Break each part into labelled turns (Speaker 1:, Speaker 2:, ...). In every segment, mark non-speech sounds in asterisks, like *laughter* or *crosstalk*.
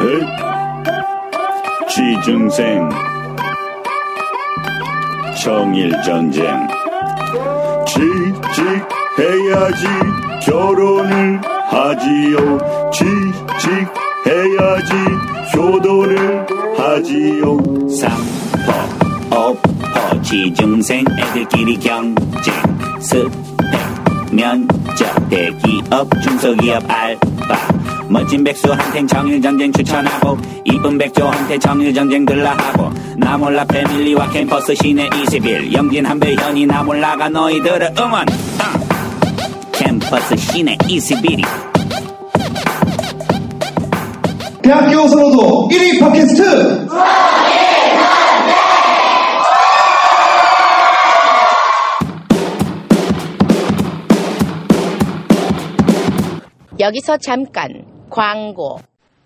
Speaker 1: 네. 취중생 청일전쟁 취직해야지 결혼을 하지요 취직해야지 효도를 하지요
Speaker 2: 삼포 오포 취중생 애들끼리 경쟁 스펙 면접 대기업 중소기업 알바 멋진 백수한텐 정일전쟁 추천하고 이쁜 백조한테 정일전쟁 들라하고 나 몰라 패밀리와 캠퍼스 시내 21 영진 한배현이 나 몰라가 너희들을 응원 땅. 캠퍼스 시내 21이
Speaker 3: 대학교 선호도 1위 팟캐스트
Speaker 4: 여기서 잠깐 광고.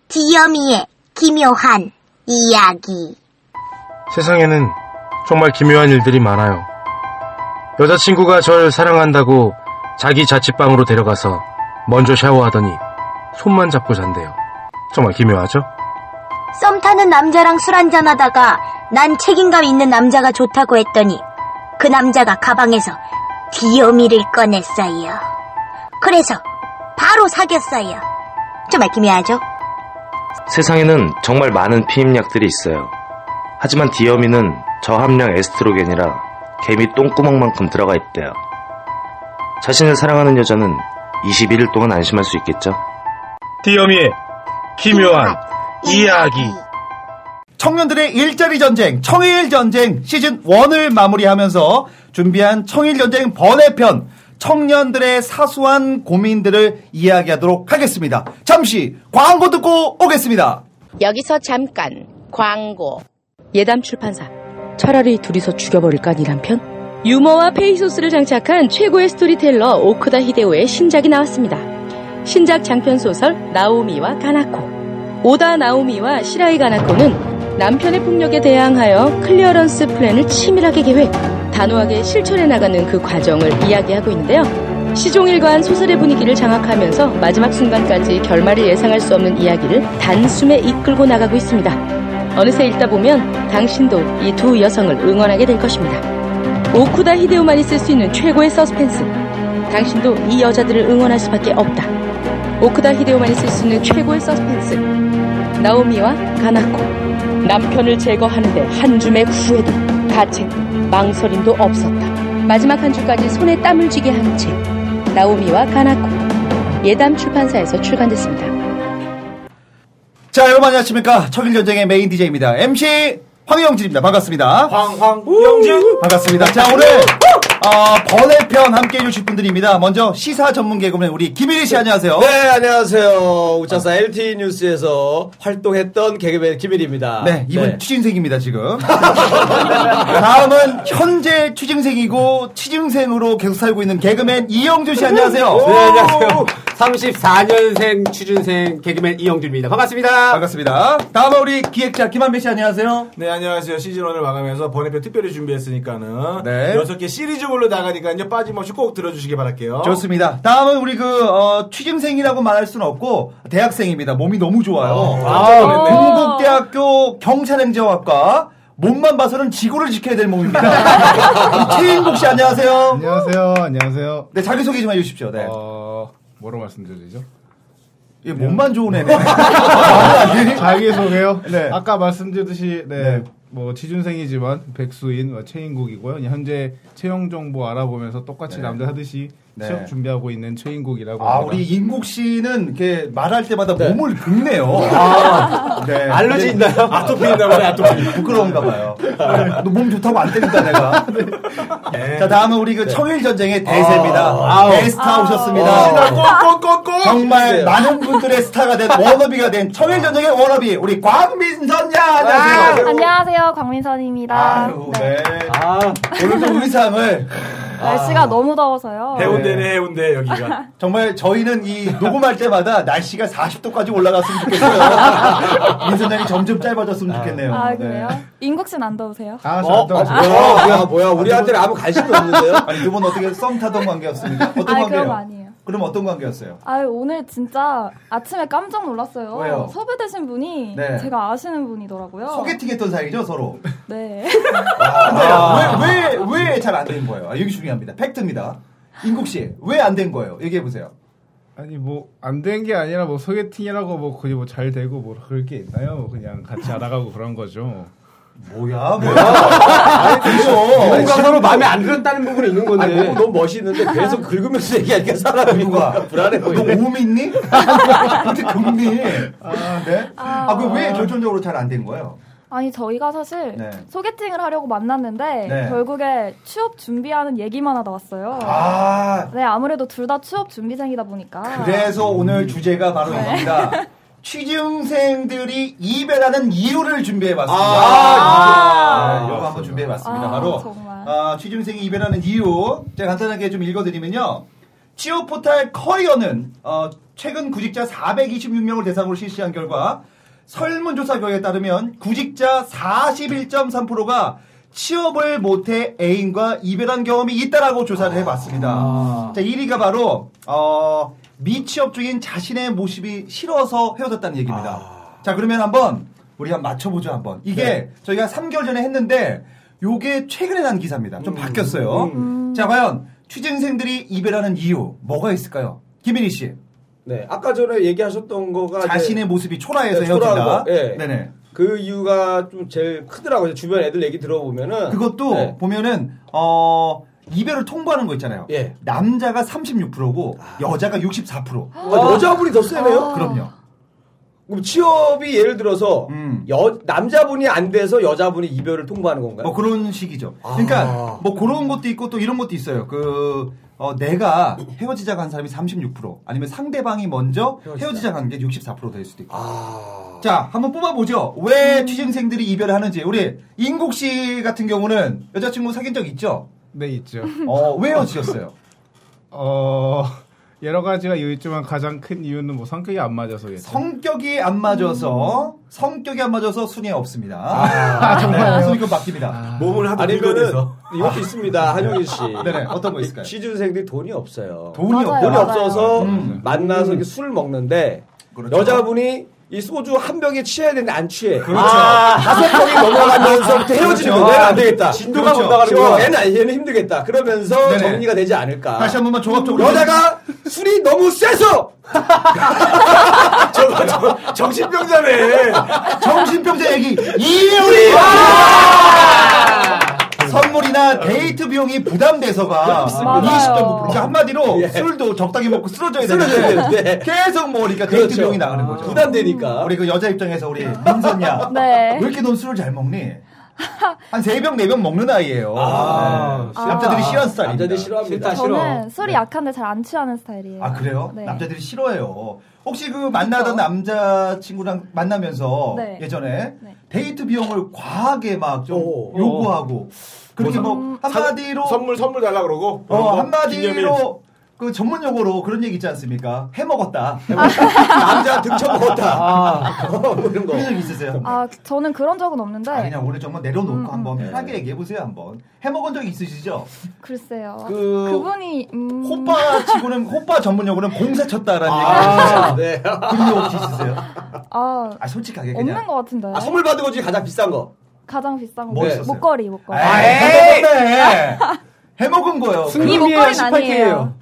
Speaker 5: 디어미의 기묘한 이야기.
Speaker 6: 세상에는 정말 기묘한 일들이 많아요. 여자친구가 절 사랑한다고 자기 자취방으로 데려가서 먼저 샤워하더니 손만 잡고 잔대요. 정말 기묘하죠?
Speaker 5: 썸 타는 남자랑 술 한잔하다가 난 책임감 있는 남자가 좋다고 했더니 그 남자가 가방에서 디어미를 꺼냈어요. 그래서 바로 사귀었어요. 정말 기묘하죠?
Speaker 7: 세상에는 정말 많은 피임약들이 있어요. 하지만 디어미는 저함량 에스트로겐이라 개미 똥구멍만큼 들어가 있대요. 자신을 사랑하는 여자는 21일 동안 안심할 수 있겠죠?
Speaker 6: 디어미의 기묘한 이야기.
Speaker 3: 청년들의 일자리 전쟁 청일 전쟁 시즌 1을 마무리하면서 준비한 청일 전쟁 번외편 청년들의 사소한 고민들을 이야기하도록 하겠습니다. 잠시 광고 듣고 오겠습니다.
Speaker 4: 여기서 잠깐 광고.
Speaker 8: 예담 출판사. 차라리 둘이서 죽여버릴까 이란 편? 유머와 페이소스를 장착한 최고의 스토리텔러 오크다 히데오의 신작이 나왔습니다. 신작 장편 소설 나오미와 가나코. 오다 나오미와 시라이 가나코는 남편의 폭력에 대항하여 클리어런스 플랜을 치밀하게 계획, 단호하게 실천해 나가는 그 과정을 이야기하고 있는데요. 시종일관 소설의 분위기를 장악하면서 마지막 순간까지 결말을 예상할 수 없는 이야기를 단숨에 이끌고 나가고 있습니다. 어느새 읽다 보면 당신도 이 두 여성을 응원하게 될 것입니다. 오쿠다 히데오만이 쓸 수 있는 최고의 서스펜스. 당신도 이 여자들을 응원할 수밖에 없다. 오쿠다 히데오만이 쓸 수 있는 최고의 서스펜스. 나오미와 가나코. 남편을 제거하는데 한 줌의 후회도, 가책도, 망설임도 없었다. 마지막 한 줄까지 손에 땀을 쥐게 한 책. 나오미와 가나코. 예담 출판사에서 출간됐습니다.
Speaker 3: 자, 여러분 안녕하십니까? 청일 전쟁의 메인 DJ입니다. MC 황영진입니다. 반갑습니다.
Speaker 9: 황황영진
Speaker 3: 반갑습니다. 자, 오늘 어, 번외편 함께 해주실 분들입니다. 먼저 시사 전문 개그맨 우리 김일희 씨 안녕하세요.
Speaker 9: 네 안녕하세요 우차사 LTE 뉴스에서 활동했던 개그맨 김일입니다
Speaker 3: 네, 이분 취준생입니다, 지금. *laughs* 다음은 현재 취준생이고 취준생으로 계속 살고 있는 개그맨 이영주 씨 안녕하세요.
Speaker 10: 네, 안녕하세요. 34년생 취준생 개그맨 이영준입니다. 반갑습니다.
Speaker 3: 반갑습니다. 다음은 우리 기획자 김한배 씨 안녕하세요.
Speaker 11: 네, 안녕하세요. 시즌1을 마감해서 번외편 특별히 준비했으니까는.
Speaker 3: 네.
Speaker 11: 여섯 개 시리즈물로 나가니까요. 빠짐없이 꼭 들어주시기 바랄게요.
Speaker 3: 좋습니다. 다음은 우리 그 어, 취준생이라고 말할 수는 없고 대학생입니다. 몸이 너무 좋아요. 네. 동국대학교 경찰행정학과 몸만 봐서는 지구를 지켜야 될 몸입니다. 우리 *laughs* 최인복 씨 안녕하세요.
Speaker 12: 안녕하세요. 안녕하세요.
Speaker 3: 네, 자기소개 좀 해주십시오. 네.
Speaker 12: 어, 뭐로 말씀드리죠?
Speaker 3: 얘 몸만 좋은 애네. 아,
Speaker 12: 자기소개요?
Speaker 3: 네.
Speaker 12: 아까 말씀드렸듯이, 네.
Speaker 3: 네.
Speaker 12: 뭐, 지준생이지만, 백수인, 어, 최인국이고요. 현재 채용정보 알아보면서 똑같이 남들 하듯이
Speaker 3: 네.
Speaker 12: 취업 준비하고 있는 최인국이라고.
Speaker 3: 아,
Speaker 12: 합니다.
Speaker 3: 우리 인국 씨는 이렇게 말할 때마다 몸을 긁네요. 네.
Speaker 9: 아, 알러지
Speaker 3: 근데
Speaker 9: 있나요? 네. 아토피 있나 봐요 아토피
Speaker 3: 부끄러운가 봐요. 네. 너 몸 좋다고 안 때린다, 내가. 자, 다음은 우리
Speaker 9: 네.
Speaker 3: 그 청일전쟁의
Speaker 9: 아,
Speaker 3: 대세입니다. 대스타 오셨습니다. 어.
Speaker 11: 꼭꼭꼭꼭!
Speaker 9: 네.
Speaker 3: 정말 많은 분들의 스타가 된 워너비가 된 청일전쟁의 워너비, 우리 광민선 양! 안녕하세요.
Speaker 13: 안녕하세요, 광민선입니다.
Speaker 3: 아유,
Speaker 13: 네.
Speaker 3: 네.
Speaker 9: 아
Speaker 3: 오늘도 의상을
Speaker 13: *laughs*
Speaker 3: 아.
Speaker 13: 날씨가 너무 더워서요.
Speaker 11: 해운대네, 해운대,
Speaker 13: *laughs*
Speaker 11: 여기가.
Speaker 3: 정말 저희는 이 녹음할 때마다 날씨가 40도까지 올라갔으면
Speaker 13: *laughs*
Speaker 3: 좋겠어요. 민선장이 점점 짧아졌으면 좋겠네요.
Speaker 13: 아,
Speaker 3: 네.
Speaker 13: 그래요? 인국 씨는 안 더우세요?
Speaker 12: 아,
Speaker 9: 어, 어,
Speaker 12: 잘 떠가지고.
Speaker 9: 뭐야 뭐야 뭐야 우리한테는 아무 관심이 없는데요
Speaker 3: *laughs* 아니 두 분 어떻게 썸 타던 관계였습니까? 어떤
Speaker 13: 아니,
Speaker 3: 관계예요?
Speaker 13: 그런 거 아니에요.
Speaker 3: 그럼 어떤 관계였어요?
Speaker 13: 아유, 오늘 진짜 아침에 깜짝 놀랐어요.
Speaker 3: 왜요?
Speaker 13: 섭외되신 분이
Speaker 3: 네.
Speaker 13: 제가 아시는 분이더라고요.
Speaker 3: 소개팅했던 사이죠 서로.
Speaker 13: 네.
Speaker 3: 왜 왜 잘 안 된 거예요? 아, 여기 중요합니다. 팩트입니다. 인국 씨 왜 안 된 거예요? 얘기해 보세요.
Speaker 12: 아니 뭐 안 된 게 아니라 뭐 소개팅이라고 뭐 그게 뭐 잘 되고 뭐 그럴 게 있나요? 뭐 그냥 같이 알아가고 그런 거죠.
Speaker 3: 뭐야
Speaker 12: 뭐야?
Speaker 9: 뭔가 서로 마음에 안 들었다는 부분이 있는 건데. 아, 너무, 너무 멋있는데 계속 긁으면서 얘기하니까 사람이 뭔가 불안해 보이네.
Speaker 3: 너뭐 오미 있니? 근데 금리. 아, 네. 아, 그럼 왜 결정적으로 잘 안 된 거예요?
Speaker 13: 아니, 저희가 사실
Speaker 3: 네.
Speaker 13: 소개팅을 하려고 만났는데
Speaker 3: 네.
Speaker 13: 결국에 취업 준비하는 얘기만 하다 왔어요.
Speaker 3: 아.
Speaker 13: 네, 아무래도 둘 다 취업 준비생이다 보니까.
Speaker 3: 그래서 오늘 주제가 바로
Speaker 13: 네.
Speaker 3: 이겁니다. 취준생들이 이별하는 이유를 준비해봤습니다.
Speaker 9: 아,
Speaker 3: 네, 이거 한번 준비해봤습니다. 바로 아, 취준생이 이별하는 이유 제가 간단하게 좀 읽어드리면요. 취업 포털 커리어는 어, 최근 구직자 426명을 대상으로 실시한 결과 설문조사 결과에 따르면 구직자 41.3%가 취업을 못해 애인과 이별한 경험이 있다라고 조사를 해봤습니다. 자, 1위가 바로 어, 미취업 중인 자신의 모습이 싫어서 헤어졌다는 얘기입니다. 자, 그러면 한번 우리 한번 맞춰보죠 한번. 이게
Speaker 9: 네.
Speaker 3: 저희가 3개월 전에 했는데 요게 최근에 난 기사입니다. 좀 바뀌었어요. 자, 과연 취준생들이 이별하는 이유 뭐가 있을까요? 김민희 씨.
Speaker 9: 네, 아까 전에 얘기하셨던 거가 이제-
Speaker 3: 자신의 모습이 초라해서
Speaker 9: 아, 네, 초라한
Speaker 3: 헤어진다.
Speaker 9: 거. 예.
Speaker 3: 네네.
Speaker 9: 그 이유가 좀 제일 크더라고요. 주변 애들 얘기 들어보면은
Speaker 3: 그것도
Speaker 9: 네.
Speaker 3: 보면은 어 이별을 통보하는 거 있잖아요. 남자가 36%고 여자가 64%.
Speaker 9: 아, 여자분이 더 세네요?
Speaker 3: 그럼요.
Speaker 9: 그럼 취업이 예를 들어서 여- 남자분이 안 돼서 여자분이 이별을 통보하는 건가요?
Speaker 3: 뭐 그런 식이죠. 그러니까 뭐 그런 것도 있고 또 이런 것도 있어요. 그 어, 내가 헤어지자고 한 사람이 36% 아니면 상대방이 먼저 헤어지자고 한 게 64%될 수도 있고. 자, 한번 뽑아보죠. 왜 취준생들이 이별을 하는지. 우리 인국 씨 같은 경우는 여자친구 사귄 적 있죠?
Speaker 12: 네 있죠.
Speaker 3: 어, 왜 헤어지셨어요?
Speaker 12: 어 여러 가지가 이유 있지만 가장 큰 이유는 뭐 성격이 안 맞아서겠죠.
Speaker 3: 성격이 안 맞아서 성격이 안 맞아서 순위에 없습니다.
Speaker 12: 아, 정말요? 아,
Speaker 3: 네, 순위급 바뀝니다.
Speaker 9: 몸을 하도 아니면은 이것도 있습니다. 한용희 씨.
Speaker 3: 네네, 어떤 거 있을까요?
Speaker 9: 취준생들이 돈이 없어요.
Speaker 3: 돈이
Speaker 9: 돈이
Speaker 3: 없어요.
Speaker 9: 없어서
Speaker 3: 음. 그렇죠.
Speaker 9: 만나서 이렇게 술을 먹는데 여자분이 이 소주 한 병에 취해야 되는데 안 취해.
Speaker 10: 그렇죠.
Speaker 9: 아, 다섯 병이 넘어가면서부터 헤어지는
Speaker 10: 그렇죠.
Speaker 9: 거예요. 얘는 안 되겠다.
Speaker 10: 진도가
Speaker 9: 그렇죠.
Speaker 10: 올라가는
Speaker 9: 지금
Speaker 10: 거야.
Speaker 9: 얘는 아니, 얘는 힘들겠다. 그러면서
Speaker 10: 네네.
Speaker 9: 정리가 되지 않을까.
Speaker 10: 다시
Speaker 3: 한 번만 종합적으로
Speaker 9: 여자가 술이 너무 세서 저거 저, 정신병자네.
Speaker 3: 정신병자 얘기 이유리 아! 선물이나 데이트 비용이 부담돼서가
Speaker 9: 맞습니다.
Speaker 3: 20.9% 그러니까 한마디로 술도 적당히 먹고 쓰러져야
Speaker 9: 쓰러져야
Speaker 3: 되는데
Speaker 9: 되는데.
Speaker 3: *laughs* 계속 먹으니까 데이트
Speaker 9: 그렇죠.
Speaker 3: 비용이 나가는 거죠 부담되니까 우리 그 여자 입장에서 우리 민선이야
Speaker 13: 네.
Speaker 3: 왜 이렇게 넌 술을 잘 먹니? 한 3병, 4병 먹는 아이예요 네. 남자들이
Speaker 9: 아.
Speaker 3: 싫어하는 스타일입니다 네.
Speaker 9: 남자들이 싫어합니다.
Speaker 13: 저는 술이 약한데 잘 안 취하는 스타일이에요.
Speaker 3: 아 그래요?
Speaker 13: 네.
Speaker 3: 남자들이 싫어해요. 혹시 그 만나던 남자 친구랑 만나면서
Speaker 13: 네.
Speaker 3: 예전에 데이트 비용을 과하게 막 좀 요구하고 그렇게
Speaker 13: 음,
Speaker 3: 뭐 한마디로
Speaker 11: 선물 선물 달라 그러고
Speaker 3: 어,
Speaker 11: 그런 거? 기념일.
Speaker 3: 한마디로 그 전문 용어로 그런 얘기 있지 않습니까? 해 먹었다.
Speaker 13: *laughs*
Speaker 3: 남자 등쳐 먹었다. 그런 거. 적 있으세요?
Speaker 13: 아, 저는 그런 적은 없는데. 음,
Speaker 3: 아, 그냥 오늘 정말 내려놓고 한번
Speaker 9: 네.
Speaker 3: 편하게 얘기해 보세요 한번. 해 먹은 적 있으시죠?
Speaker 13: 글쎄요.
Speaker 3: 그-
Speaker 13: 그... 분이 음...
Speaker 3: 호빠 치고는 호빠 전문 용어는 공사 쳤다라는
Speaker 9: 아,
Speaker 3: 얘기.
Speaker 9: 네.
Speaker 3: 그런 거 혹시 있으세요?
Speaker 13: 아,
Speaker 3: 아 솔직하게 그냥.
Speaker 13: 없는 것 같은데요.
Speaker 9: 아, 선물 받은 거 중에 가장 비싼 거.
Speaker 13: 가장 비싼 거
Speaker 9: 뭐 있었어요?
Speaker 13: 목걸이 목걸이.
Speaker 3: 에이! 해먹은 거요.
Speaker 13: 이 목걸이는 아니에요.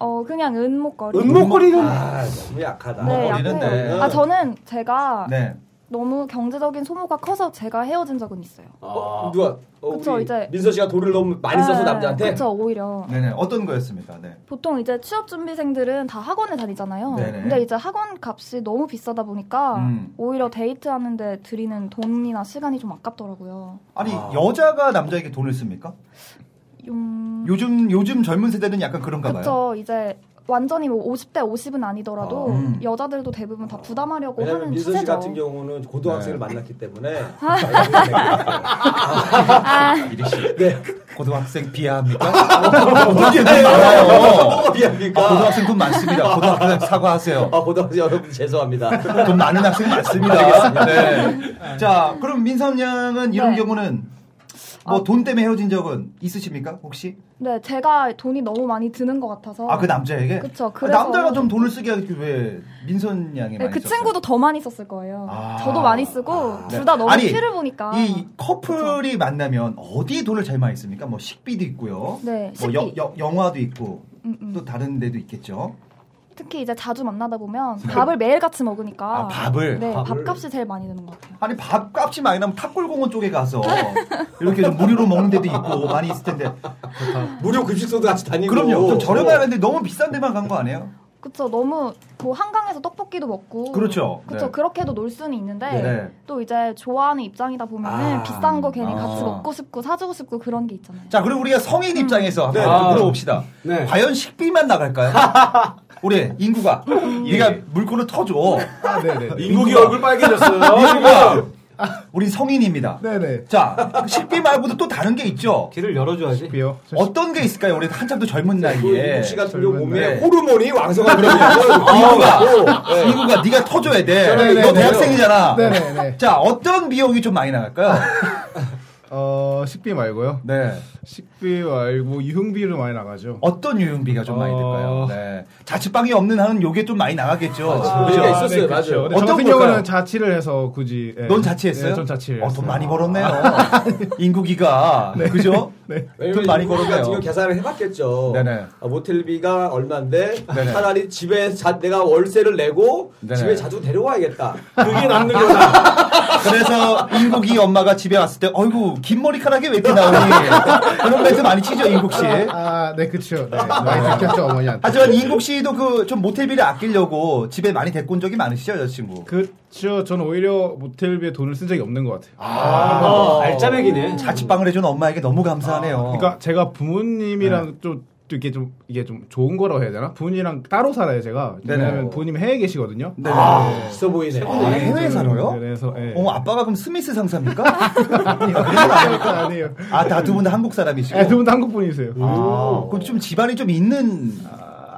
Speaker 13: 어 그냥 은 목걸이.
Speaker 9: 은목걸이는 아, 너무 약하다.
Speaker 13: 네, 약해요.
Speaker 9: 은목걸이는 네.
Speaker 13: 아 저는 제가
Speaker 9: 네.
Speaker 13: 너무 경제적인 소모가 커서 제가 헤어진 적은 있어요.
Speaker 9: 어, 누가 어,
Speaker 13: 그쵸,
Speaker 9: 우리
Speaker 13: 이제-
Speaker 9: 민서 씨가 돈을 너무 많이 써서
Speaker 13: 네,
Speaker 9: 남자한테
Speaker 13: 그쵸 오히려.
Speaker 3: 네네 어떤 거였습니까? 네.
Speaker 13: 보통 이제 취업 준비생들은 다 학원에 다니잖아요.
Speaker 3: 네네.
Speaker 13: 근데 이제 학원 값이 너무 비싸다 보니까
Speaker 3: 음.
Speaker 13: 오히려 데이트하는데 들이는 돈이나 시간이 좀 아깝더라고요.
Speaker 3: 아니 여자가 남자에게 돈을 씁니까?
Speaker 13: 음,
Speaker 3: 요즘 요즘 젊은 세대는 약간 그런가 봐요.
Speaker 13: 그쵸 이제 완전히 뭐 50대 50은 아니더라도
Speaker 3: 아, 음.
Speaker 13: 여자들도 대부분 다 부담하려고
Speaker 9: 왜냐면
Speaker 13: 하는
Speaker 9: 민서 씨
Speaker 13: 추세죠.
Speaker 9: 같은 경우는 고등학생을 만났기 때문에
Speaker 3: 네.
Speaker 9: *laughs*
Speaker 3: 고등학생 비하합니까? 어떻게 돈 많아요?
Speaker 9: 뭐가 비합니까?
Speaker 3: 아, 고등학생 돈
Speaker 9: *laughs*
Speaker 3: 많습니다. 고등학생 사과하세요.
Speaker 9: 아, 고등학생 여러분 죄송합니다.
Speaker 3: 돈 많은 학생 많습니다.
Speaker 9: 알겠습니다.
Speaker 13: 네.
Speaker 3: 네. 자, 그럼 민선 양은 이런 경우는
Speaker 13: 아.
Speaker 3: 뭐 돈 때문에 헤어진 적은 있으십니까? 혹시?
Speaker 13: 네, 제가 돈이 너무 많이 드는 것 같아서.
Speaker 3: 아, 그 남자에게?
Speaker 13: 어. 그쵸.
Speaker 3: 아,
Speaker 13: 그래서.
Speaker 3: 남자가 좀 돈을 쓰게 하기 왜 민선 양이
Speaker 13: 네,
Speaker 3: 많이
Speaker 13: 그
Speaker 3: 썼어요?
Speaker 13: 친구도 더 많이 썼을 거예요.
Speaker 3: 아.
Speaker 13: 저도 많이 쓰고, 둘 다
Speaker 3: 네.
Speaker 13: 너무
Speaker 3: 아니,
Speaker 13: 피를 보니까.
Speaker 3: 이 커플이 만나면 어디에 돈을 제일 많이 씁니까? 뭐 식비도 있고요.
Speaker 13: 네,
Speaker 3: 뭐
Speaker 13: 식비.
Speaker 3: 여- 여- 영화도 있고
Speaker 13: 음, 음.
Speaker 3: 또 다른 데도 있겠죠. 네.
Speaker 13: 특히 이제 자주 만나다 보면 밥을 매일 같이 먹으니까.
Speaker 3: 아, 밥을?
Speaker 13: 네,
Speaker 3: 밥을.
Speaker 13: 밥값이 제일 많이 드는 것 같아요.
Speaker 3: 아니 밥값이 많이 나면 탑골공원 쪽에 가서 이렇게 좀 무료로 먹는 데도 있고 많이 있을 텐데
Speaker 9: 무료 급식소도 같이 다니고
Speaker 3: 그럼요. 좀 저렴한데 너무 비싼 데만 간 거 아니에요?
Speaker 13: 그쵸 너무 뭐 한강에서 떡볶이도 먹고
Speaker 3: 그렇죠.
Speaker 13: 어, 그쵸
Speaker 3: 네.
Speaker 13: 그렇게도 놀 수는 있는데
Speaker 3: 네.
Speaker 13: 또 이제 좋아하는 입장이다 보면은
Speaker 3: 아.
Speaker 13: 네, 비싼 거 괜히 같이
Speaker 3: 아.
Speaker 13: 먹고 싶고 사주고 싶고 그런 게 있잖아요
Speaker 3: 자 그럼 우리가 성인 입장에서
Speaker 9: 네.
Speaker 3: 한번 좀
Speaker 9: 아.
Speaker 3: 물어봅시다. 과연 식비만 나갈까요?
Speaker 9: *laughs*
Speaker 3: 우리 인구가
Speaker 9: 예.
Speaker 3: 네가 물꼬를 터줘.
Speaker 12: 네,
Speaker 11: 인국이 얼굴 빨개졌어요.
Speaker 3: 인구가
Speaker 9: 아.
Speaker 3: 우리 성인입니다.
Speaker 12: *laughs* 네네.
Speaker 3: 자 식비 말고도 또 다른 게 있죠.
Speaker 10: 길을 열어줘야지.
Speaker 12: 식비요.
Speaker 3: 어떤 게 있을까요? 우리 한참 더 젊은 나이에.
Speaker 9: 인국 씨그 같은 경우 몸에
Speaker 3: 네.
Speaker 9: 호르몬이 왕성한 그런
Speaker 3: *laughs* 이구가 이구가 네가 터줘야 돼.
Speaker 12: 네, 네,
Speaker 3: 너
Speaker 12: 네.
Speaker 3: 대학생이잖아.
Speaker 12: 네, 네, 네.
Speaker 3: 자 어떤 비용이 좀
Speaker 9: *laughs*
Speaker 3: 많이 나갈까요?
Speaker 12: 어, 식비 말고요.
Speaker 3: 네.
Speaker 12: 식비 말고 유흥비로 많이 나가죠.
Speaker 3: 어떤 유흥비가 좀 많이 들까요? 네. 자취방이 없는 한은 요게 좀 많이 나가겠죠.
Speaker 12: 어. 아, 네, 그렇죠. 근데 저 같은
Speaker 3: 걸까요?
Speaker 12: 경우는 자취를 해서 굳이. 예.
Speaker 3: 넌 자취했어요?
Speaker 12: 네, 전 자취를.
Speaker 3: 어, 돈 많이 벌었네요.
Speaker 12: *laughs*
Speaker 3: 인국이가
Speaker 12: 네.
Speaker 3: 그죠? 돈 많이
Speaker 9: 요 지금
Speaker 3: 벌었네요.
Speaker 9: 계산을 해봤겠죠.
Speaker 3: 네네.
Speaker 9: 아, 모텔비가 얼마인데
Speaker 3: 네네.
Speaker 9: 차라리 집에 자, 내가 월세를 내고
Speaker 3: 네네.
Speaker 9: 집에 자주 데려와야겠다.
Speaker 3: *laughs* 그래서 인국이 엄마가 집에 왔을 때, 어이구 긴 머리카락이 왜 이렇게 나오니? 그런 멘트 많이 치죠 인국 씨.
Speaker 12: 아, 네, 그쵸. 네, 많이 들켰죠, 어머니한테.
Speaker 3: 아. 하지만 인국 씨도 그 좀 모텔비를 아끼려고 집에 많이 데리고 온 적이 많으시죠 여자친구?
Speaker 12: 그쵸. 저는 오히려 모텔비에 돈을 쓴 적이 없는 것 같아요.
Speaker 3: 아,
Speaker 10: 어. 알짜배기네.
Speaker 3: 자취방을 해준 엄마에게 너무 감사하네요.
Speaker 12: 그러니까 제가 부모님이랑
Speaker 3: 네.
Speaker 12: 좀, 또 이게 좀, 이게 좀 좋은 거라고 해야 되나? 부모님이랑 따로 살아요, 제가.
Speaker 3: 네네.
Speaker 12: 왜냐면 부모님 해외에 계시거든요.
Speaker 3: 네네. 아,
Speaker 9: 있어 보이네.
Speaker 3: 아, 해외에 살아요?
Speaker 12: 그래서, 예.
Speaker 3: 어머 아빠가 그럼 스미스 상사입니까?
Speaker 12: 아니에요.
Speaker 3: 아 다 두 분 다 한국 사람이시고.
Speaker 10: 어.
Speaker 12: 예, 두분 다 한국 분이세요.
Speaker 3: 아, 그럼 좀 집안이 좀 있는.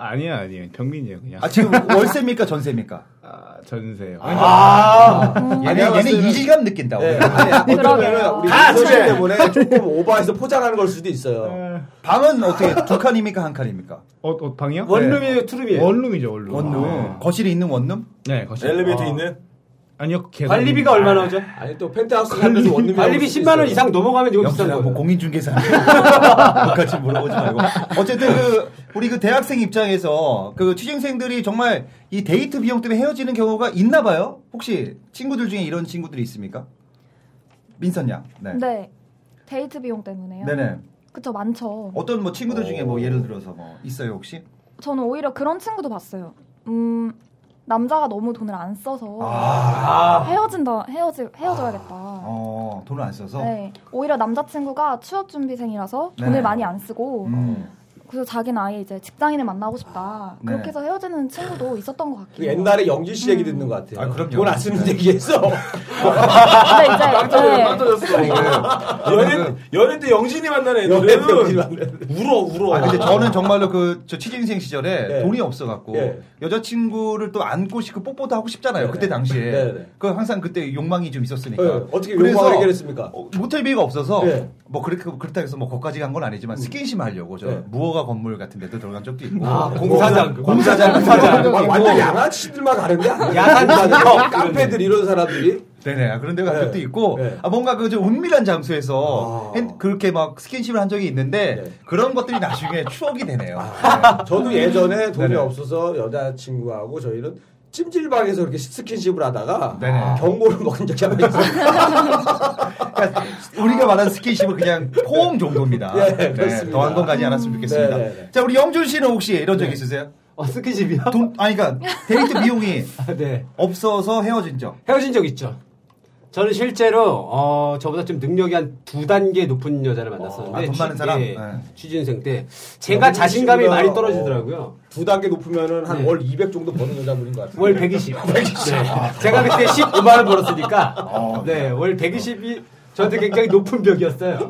Speaker 12: 아, 니에요 아니에요. 병민이에요, 그냥.
Speaker 3: 아 지금 월세입니까 전세입니까?
Speaker 12: 아, 전세요.
Speaker 9: 아,
Speaker 3: 얘네
Speaker 9: 내가
Speaker 3: 얘네
Speaker 9: 봤을 때는-
Speaker 3: 이질감 느낀다.
Speaker 9: 네.
Speaker 3: 오늘.
Speaker 9: 아니, 어쩌면 우리
Speaker 3: 다
Speaker 9: 민선 씨
Speaker 3: 집에.
Speaker 9: 때문에 조금 오버해서 포장하는 걸 수도 있어요.
Speaker 3: 방은 어떻게 두 칸입니까 한 칸입니까?
Speaker 12: 어, 어, 방이요?
Speaker 9: 원룸이에요, 투룸이에요?
Speaker 12: 원룸이죠, 원룸.
Speaker 3: 원룸
Speaker 12: 네.
Speaker 3: 거실이 있는 원룸?
Speaker 12: 네, 거실.
Speaker 11: 엘리베이터
Speaker 12: 아.
Speaker 11: 있는?
Speaker 12: 아니요, 계단.
Speaker 10: 관리비가 얼마나 오죠?
Speaker 9: 아니 또 펜트하우스 살면서 원룸이
Speaker 10: 관리비 10만 원 이상 넘어가면 이거 비싼
Speaker 3: 역시나
Speaker 10: 거예요.
Speaker 3: 뭐 공인중개사 똑같이 물어보지 말고 어쨌든 그 우리 그 대학생 입장에서 그 취준생들이 정말 이 데이트 비용 때문에 헤어지는 경우가 있나 봐요 혹시 친구들 중에 이런 친구들이 있습니까 민선 양 네.
Speaker 13: 네. 데이트 비용 때문에요
Speaker 3: 네네
Speaker 13: 그쵸 많죠
Speaker 3: 어떤 뭐 친구들 중에 뭐 예를 들어서 뭐 있어요 혹시
Speaker 13: 저는 오히려 그런 친구도 봤어요 음 남자가 너무 돈을 안 써서
Speaker 10: 아.
Speaker 13: 헤어진다 헤어지 헤어져야겠다
Speaker 3: 아. 어 돈을 안 써서
Speaker 13: 네 오히려 남자친구가 취업 준비생이라서
Speaker 3: 네.
Speaker 13: 돈을 많이 안 쓰고
Speaker 3: 음.
Speaker 13: 그래서 자기는 아예 이제 직장인을 만나고 싶다
Speaker 3: 네.
Speaker 13: 그렇게 해서 헤어지는 친구도 있었던 것
Speaker 9: 그
Speaker 13: 같긴 해요.
Speaker 9: 옛날에 영진 씨 얘기 듣는 것 같아요.
Speaker 3: 아, 그럼요.
Speaker 9: 돈안 쓰는
Speaker 3: 네.
Speaker 9: 얘기했어.
Speaker 13: 근데 이제 네.
Speaker 3: 아,
Speaker 11: 연애, 연애 때 영진이 만난
Speaker 9: 연애 때 영진이
Speaker 11: 애들은 울어, 울어.
Speaker 3: 아 근데 저는 정말로 그 저 취준생 시절에
Speaker 9: 네.
Speaker 3: 돈이 없어갖고
Speaker 9: 예. 네.
Speaker 3: 여자친구를 또 안고 싶고 그 뽀뽀도 하고 싶잖아요 그때 당시에
Speaker 9: 네네.
Speaker 3: 그 항상 그때 욕망이 좀 있었으니까
Speaker 9: 네, 어떻게
Speaker 3: 그래서
Speaker 9: 욕망을 해결했습니까?
Speaker 3: 어, 모텔비가 없어서
Speaker 9: 네. 음.
Speaker 3: 뭐 그렇게 그렇다 해서 뭐 거까지 간 건 아니지만 스킨십 하려고 저
Speaker 9: 네.
Speaker 3: 무허가 건물 같은 데도 들어간 적도 있고 뭐
Speaker 9: 아, 공사장.
Speaker 3: 공사장
Speaker 9: 공사장.
Speaker 3: 공사장 어.
Speaker 9: 완전 양아치들만 가는데
Speaker 10: 야간
Speaker 9: 야간들 깡패들 이런 사람들이
Speaker 3: 네네 아, 그런 데가 간
Speaker 9: 네.
Speaker 3: 적도 있고
Speaker 9: 네.
Speaker 3: 아, 뭔가 그 좀 은밀한
Speaker 9: 아.
Speaker 3: 장소에서 핸- 그렇게 막 스킨십을 한 적이 있는데
Speaker 9: 네. 아,
Speaker 3: 그런 것들이 나중에 추억이 되네요
Speaker 9: 저도 예전에 돈이
Speaker 3: 네네.
Speaker 9: 없어서 여자친구하고 저희는 찜질방에서 그렇게 스킨십을 하다가
Speaker 3: 네네.
Speaker 9: 경고를 먹은 적이 한 번 있어요.
Speaker 3: 그러니까 우리가 말하는 스킨십은 그냥 포옹 정도입니다. 네,
Speaker 9: 예, 그렇습니다.
Speaker 3: 더한 건 가지 않았으면 좋겠습니다.
Speaker 9: 네, 네, 네.
Speaker 3: 자, 우리 영준 씨는 혹시 이런 적 있으세요?
Speaker 10: 어, 스킨십이요?
Speaker 3: 돈, 아니, 그러니까 데이트 비용이
Speaker 10: 아, 네.
Speaker 3: 없어서 헤어진 적.
Speaker 10: 헤어진 적 있죠. 저는 실제로 어, 저보다 좀 능력이 한 두 단계 높은 여자를 만났었는데
Speaker 3: 아, 돈 많은 사람?
Speaker 10: 예,
Speaker 3: 네.
Speaker 10: 취준생 때 제가 자신감이
Speaker 9: 씨보다,
Speaker 10: 많이 떨어지더라고요.
Speaker 9: 어, 두 단계 높으면은 한
Speaker 10: 네.
Speaker 9: 월 200 정도 버는 여자분인 것 같아요. 아,
Speaker 10: 월 120. 네. 제가 그때 15만 원 벌었으니까 네, 월 120이 저한테 굉장히 높은
Speaker 9: 네,
Speaker 10: 벽이었어요.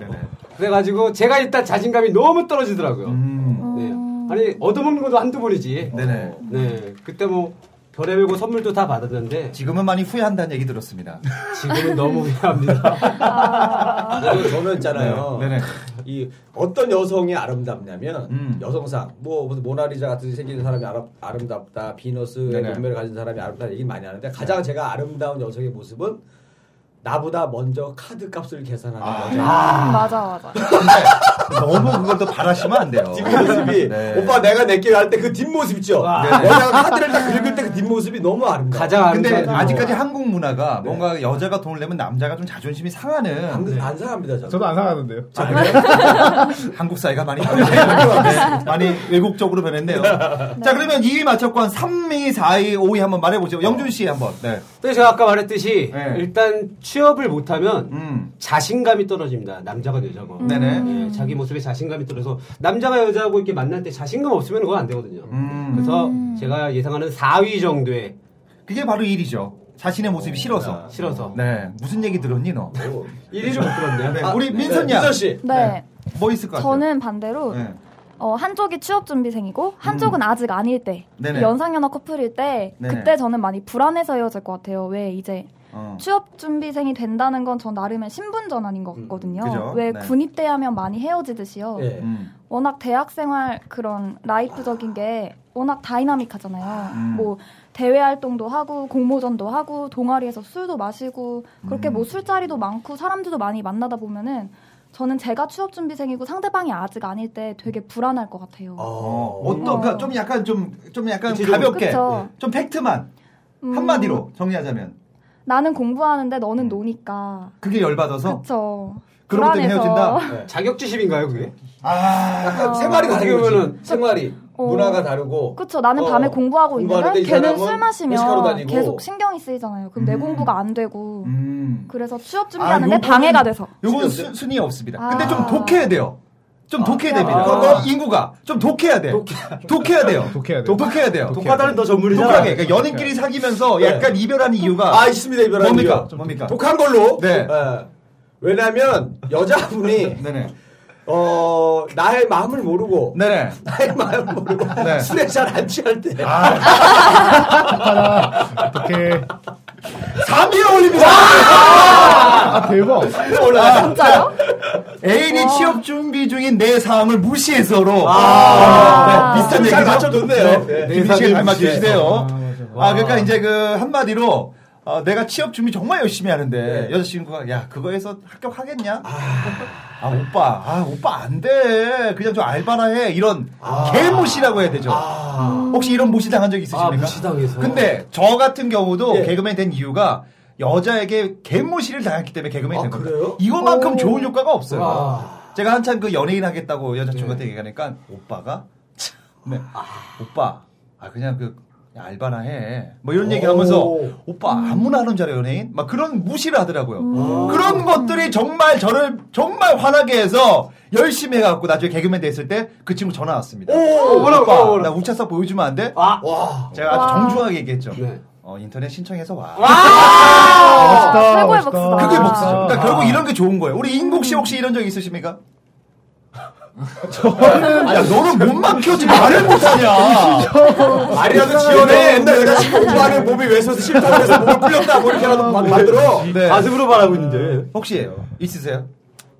Speaker 10: 그래가지고 제가 일단 자신감이 너무 떨어지더라고요.
Speaker 3: 음.
Speaker 10: 네. 아니 얻어먹는 것도 한두 번이지.
Speaker 3: 네네.
Speaker 10: 네. 그때 뭐 덜 해보고 선물도 다 받았는데
Speaker 3: 지금은 많이 후회한다는 얘기 들었습니다.
Speaker 10: 지금은 너무 후회합니다.
Speaker 9: 아, 그리고 저는 있잖아요.
Speaker 3: 네, 음. 네네.
Speaker 9: 이 어떤 여성이 아름답냐면 여성상 뭐 무슨 모나리자 같은 생긴 사람이 아름, 아름답다 비너스의
Speaker 10: 네네.
Speaker 9: 몸매를 가진 사람이 아름답다 얘기 많이 하는데 가장
Speaker 3: 네.
Speaker 9: 제가 아름다운 여성의 모습은 나보다 먼저 카드 값을 계산하는 여자.
Speaker 13: 음, 맞아 맞아.
Speaker 3: 아, 너무 그걸 또 바라시면 안 돼요.
Speaker 9: 뒷모습이 오빠 내가 내게 할 때 그 뒷모습 있죠.
Speaker 3: 네.
Speaker 9: 여자가 카드를 딱 긁을 때 그 뒷모습이 너무 아름다워.
Speaker 3: 근데
Speaker 10: 어.
Speaker 3: 아직까지 한국 문화가
Speaker 10: 네.
Speaker 3: 뭔가 여자가 돈을 내면 남자가 좀 자존심이 상하는 네. 안,
Speaker 9: 상합니다 저도.
Speaker 12: *laughs* 저도 안 상하던데요.
Speaker 3: 한국 사회가 많이
Speaker 10: 아,
Speaker 3: 변했네요. 많이 외국적으로 변했네요. 자 그러면 2위 맞췄고 한 3위, 4위, 5위 한번 말해보죠. 영준 씨 한번. 네.
Speaker 10: 근데 제가 아까 말했듯이 일단 취업을 못하면 자신감이 떨어집니다. 남자가 여자가.
Speaker 3: 음. 네네.
Speaker 13: 음.
Speaker 10: 예, 자기 모습에 자신감이 떨어져서 남자가 여자하고 이렇게 만날 때 자신감 없으면 그건 안 되거든요. 그래서
Speaker 13: 음.
Speaker 10: 제가 예상하는 4위 정도에
Speaker 3: 음. 그게 바로 1위죠. 자신의 모습이 싫어서.
Speaker 10: 아, 싫어서.
Speaker 3: 네. 무슨 얘기 들었니 너?
Speaker 10: 1위를 못 들었네요.
Speaker 3: 네, 우리 민선 양.
Speaker 9: 민선 씨.
Speaker 13: 네.
Speaker 3: 뭐 있을 것 같아요?
Speaker 13: 저는 반대로
Speaker 3: 네.
Speaker 13: 어, 한쪽이 취업 준비생이고
Speaker 9: 음.
Speaker 13: 한쪽은 아직 아닐 때
Speaker 3: 네네.
Speaker 13: 연상연하 커플일 때
Speaker 3: 네네.
Speaker 13: 그때 저는 많이 불안해서 헤어질 것 같아요. 왜 이제
Speaker 3: 어.
Speaker 13: 취업 준비생이 된다는 건 전 나름의 신분 전환인 것 같거든요.
Speaker 3: 그죠?
Speaker 13: 왜
Speaker 3: 네.
Speaker 13: 군입 대 하면 많이 헤어지듯이요.
Speaker 3: 음.
Speaker 13: 워낙 대학생활 그런 라이프적인 게 워낙 다이나믹하잖아요.
Speaker 14: 음.
Speaker 13: 뭐 대외 활동도 하고 공모전도 하고 동아리에서 술도 마시고 그렇게 뭐 술자리도 많고 사람들도 많이 만나다 보면은 저는 제가 취업 준비생이고 상대방이 아직 아닐 때 되게 불안할 것 같아요.
Speaker 3: 어, 어떤 그러니까 좀 약간 좀 좀 약간
Speaker 13: 그치, 좀-
Speaker 3: 가볍게 네.
Speaker 13: 그쵸.
Speaker 3: 좀 팩트만
Speaker 13: 음,
Speaker 3: 한마디로 정리하자면 음.
Speaker 13: 나는 공부하는데 너는 노니까.
Speaker 3: 그게 열받아서
Speaker 13: 그렇죠.
Speaker 3: 그러고 또 헤어진다.
Speaker 13: 네.
Speaker 10: 자격지심인가요 그게?
Speaker 3: 아
Speaker 9: 약간 생활이 다른 거지.
Speaker 10: 그러면은
Speaker 9: 생활이
Speaker 13: 어.
Speaker 9: 문화가 다르고.
Speaker 13: 그렇죠. 나는
Speaker 9: 어,
Speaker 13: 밤에 공부하고 있는데
Speaker 9: 공부하는데 이
Speaker 13: 걔는
Speaker 9: 사람은
Speaker 13: 술
Speaker 9: 외식하러
Speaker 13: 마시면
Speaker 9: 다니고.
Speaker 13: 계속 신경이 쓰이잖아요. 그럼 내 공부가 안 되고. 그래서 취업
Speaker 3: 아,
Speaker 13: 준비하는데
Speaker 3: 요거는-
Speaker 13: 방해가 돼서.
Speaker 3: 요건 수, 순위 없습니다.
Speaker 13: 아.
Speaker 3: 근데 좀 독해야 돼요. 좀 독해야 됩니다. 어,
Speaker 9: 아.
Speaker 3: 인구가 좀 독해야 돼. 독해야 돼요. 독해야 돼요. 독해야 돼요.
Speaker 9: 독하다는 더 전문이잖아.
Speaker 3: 독하게. 그러니까 연인끼리 사귀면서
Speaker 9: 네.
Speaker 3: 약간 이별하는 이유가
Speaker 9: 아, 있습니다, 이별하는
Speaker 3: 뭡니까?
Speaker 9: 이유. 좀
Speaker 3: 뭡니까?
Speaker 9: 독한 걸로.
Speaker 3: 네.
Speaker 9: 예. 왜냐면 여자분이
Speaker 3: *laughs* 네네.
Speaker 9: 어 나의 마음을 모르고
Speaker 3: 네네.
Speaker 9: 나의 마음을 모르고
Speaker 3: 네.
Speaker 9: 술에 잘 안 취할 때
Speaker 12: 어떻게
Speaker 3: 3위로 올립니다.
Speaker 12: 아 대박.
Speaker 9: 올라가.
Speaker 13: 진짜요?
Speaker 3: 애인이 아, 취업 준비 중인 내 상황을 무시해서로
Speaker 9: 아.
Speaker 3: 네, 비슷한
Speaker 9: 잘
Speaker 3: 얘기죠.
Speaker 9: 맞춰줬네요. 네.
Speaker 3: 김민 씨가 잘
Speaker 9: 네.
Speaker 3: 맞추시네요. 아, 그러니까 이제 그 한마디로 어, 내가 취업 준비 정말 열심히 하는데
Speaker 9: 네.
Speaker 3: 여자친구가 야 그거에서 합격하겠냐? 아 오빠 아 오빠 안돼 그냥 좀 알바나 해 이런
Speaker 9: 아.
Speaker 3: 개무시라고 해야 되죠. 혹시 이런 무시 당한 적 있으십니까?
Speaker 10: 아, 무시당해서. 예.
Speaker 3: 근데 저 같은 경우도 개그맨 된 이유가 여자에게 개무시를 당했기 때문에
Speaker 10: 아,
Speaker 3: 개그맨이 된 겁니다. 이거만큼 좋은 효과가 없어요. 제가 한참 그 연예인 하겠다고 여자친구한테
Speaker 10: 네.
Speaker 3: 얘기하니까 오빠가 참, 네. 오빠 아 그냥 그 알바나 해. 뭐 이런 얘기 하면서 오빠 아무나 하는 자로 연예인? 막 그런 무시를 하더라고요. 그런 것들이 정말 저를 정말 화나게 해서 열심히 해갖고 나중에 개그맨 됐을 때 그 친구 전화 왔습니다.
Speaker 10: 오, 뭐라고,
Speaker 3: 오빠
Speaker 10: 뭐라고, 아.
Speaker 3: 나 우차사 보여주면 안 돼?
Speaker 9: 와.
Speaker 3: 제가 아주
Speaker 13: 와.
Speaker 3: 정중하게 얘기했죠. 어, 인터넷 신청해서 와.
Speaker 10: 아.
Speaker 8: 어,
Speaker 13: 멋있다, 최고의 멋있다. 복수다.
Speaker 3: 그게 복수죠. 그러니까
Speaker 13: 아.
Speaker 3: 결국 이런 게 좋은 거예요. 우리 인국 씨 혹시 이런 적
Speaker 9: *laughs*
Speaker 3: 있으십니까? 야, 너는 못 막혀 지금 말을 못하냐?
Speaker 9: 말이라도 지원해 옛날 여자친구 오빠는 몸이 왜서서 싫다고 해서 몸을 풀렸다 뭐 이렇게라도 막 만들어 네. 가슴으로 말하고 있는데
Speaker 3: 혹시 있으세요?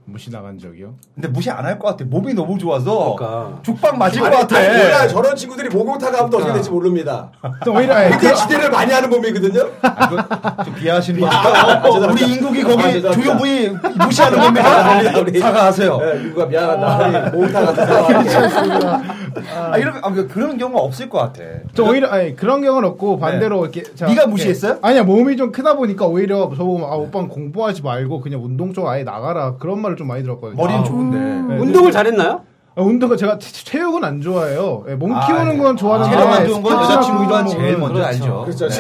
Speaker 12: 무시 나간 적이요?
Speaker 3: 근데 무시 안 할 것 같아. 몸이 너무 좋아서 죽빵 맞을 것
Speaker 9: 그러니까. 아니,
Speaker 3: 같아. 네.
Speaker 9: 아니, 몰라요. 저런 친구들이 목욕탕 가면 또 어떻게 될지 모릅니다
Speaker 12: 또 오히려 그,
Speaker 9: 굉장히 기대를 많이 하는 몸이거든요
Speaker 3: 아, 좀 비하하시는 거
Speaker 9: 아,
Speaker 3: 같아요.
Speaker 9: 아, 죄송합니다.
Speaker 3: 우리 인국이
Speaker 9: 아,
Speaker 3: 거기
Speaker 9: 죄송합니다.
Speaker 3: 조여부위 무시하는 겁니다. 아, 사과하세요.
Speaker 9: 누가 네, 미안하다 목욕탕 가서 사과하게
Speaker 3: 아, 이런 아, 그- 그런 경우 없을 것 같아.
Speaker 12: 저 오히려 아니 그런 경우는 없고 반대로 이렇게 자,
Speaker 3: 네가
Speaker 12: 이렇게.
Speaker 3: 무시했어요?
Speaker 12: 아니야 몸이 좀 크다 보니까 오히려 저보고 아 오빠는 공부하지 말고 그냥 운동 쪽 아예 나가라 그런 말을 좀 많이 들었거든요.
Speaker 9: 아,
Speaker 3: 머리는 좋은데.
Speaker 9: 음.
Speaker 3: 네.
Speaker 10: 운동을 잘했나요?
Speaker 12: 아, 운동은 제가 체- 체육은 안 좋아해요. 예, 몸
Speaker 3: 아,
Speaker 12: 키우는
Speaker 3: 네.
Speaker 12: 건 좋아하는데
Speaker 3: 체력 안 좋은 건
Speaker 12: 스포츠나
Speaker 3: 여자친구가
Speaker 12: 그런 거는-
Speaker 3: 제일 먼저 알죠.
Speaker 9: 그렇죠.
Speaker 3: 네.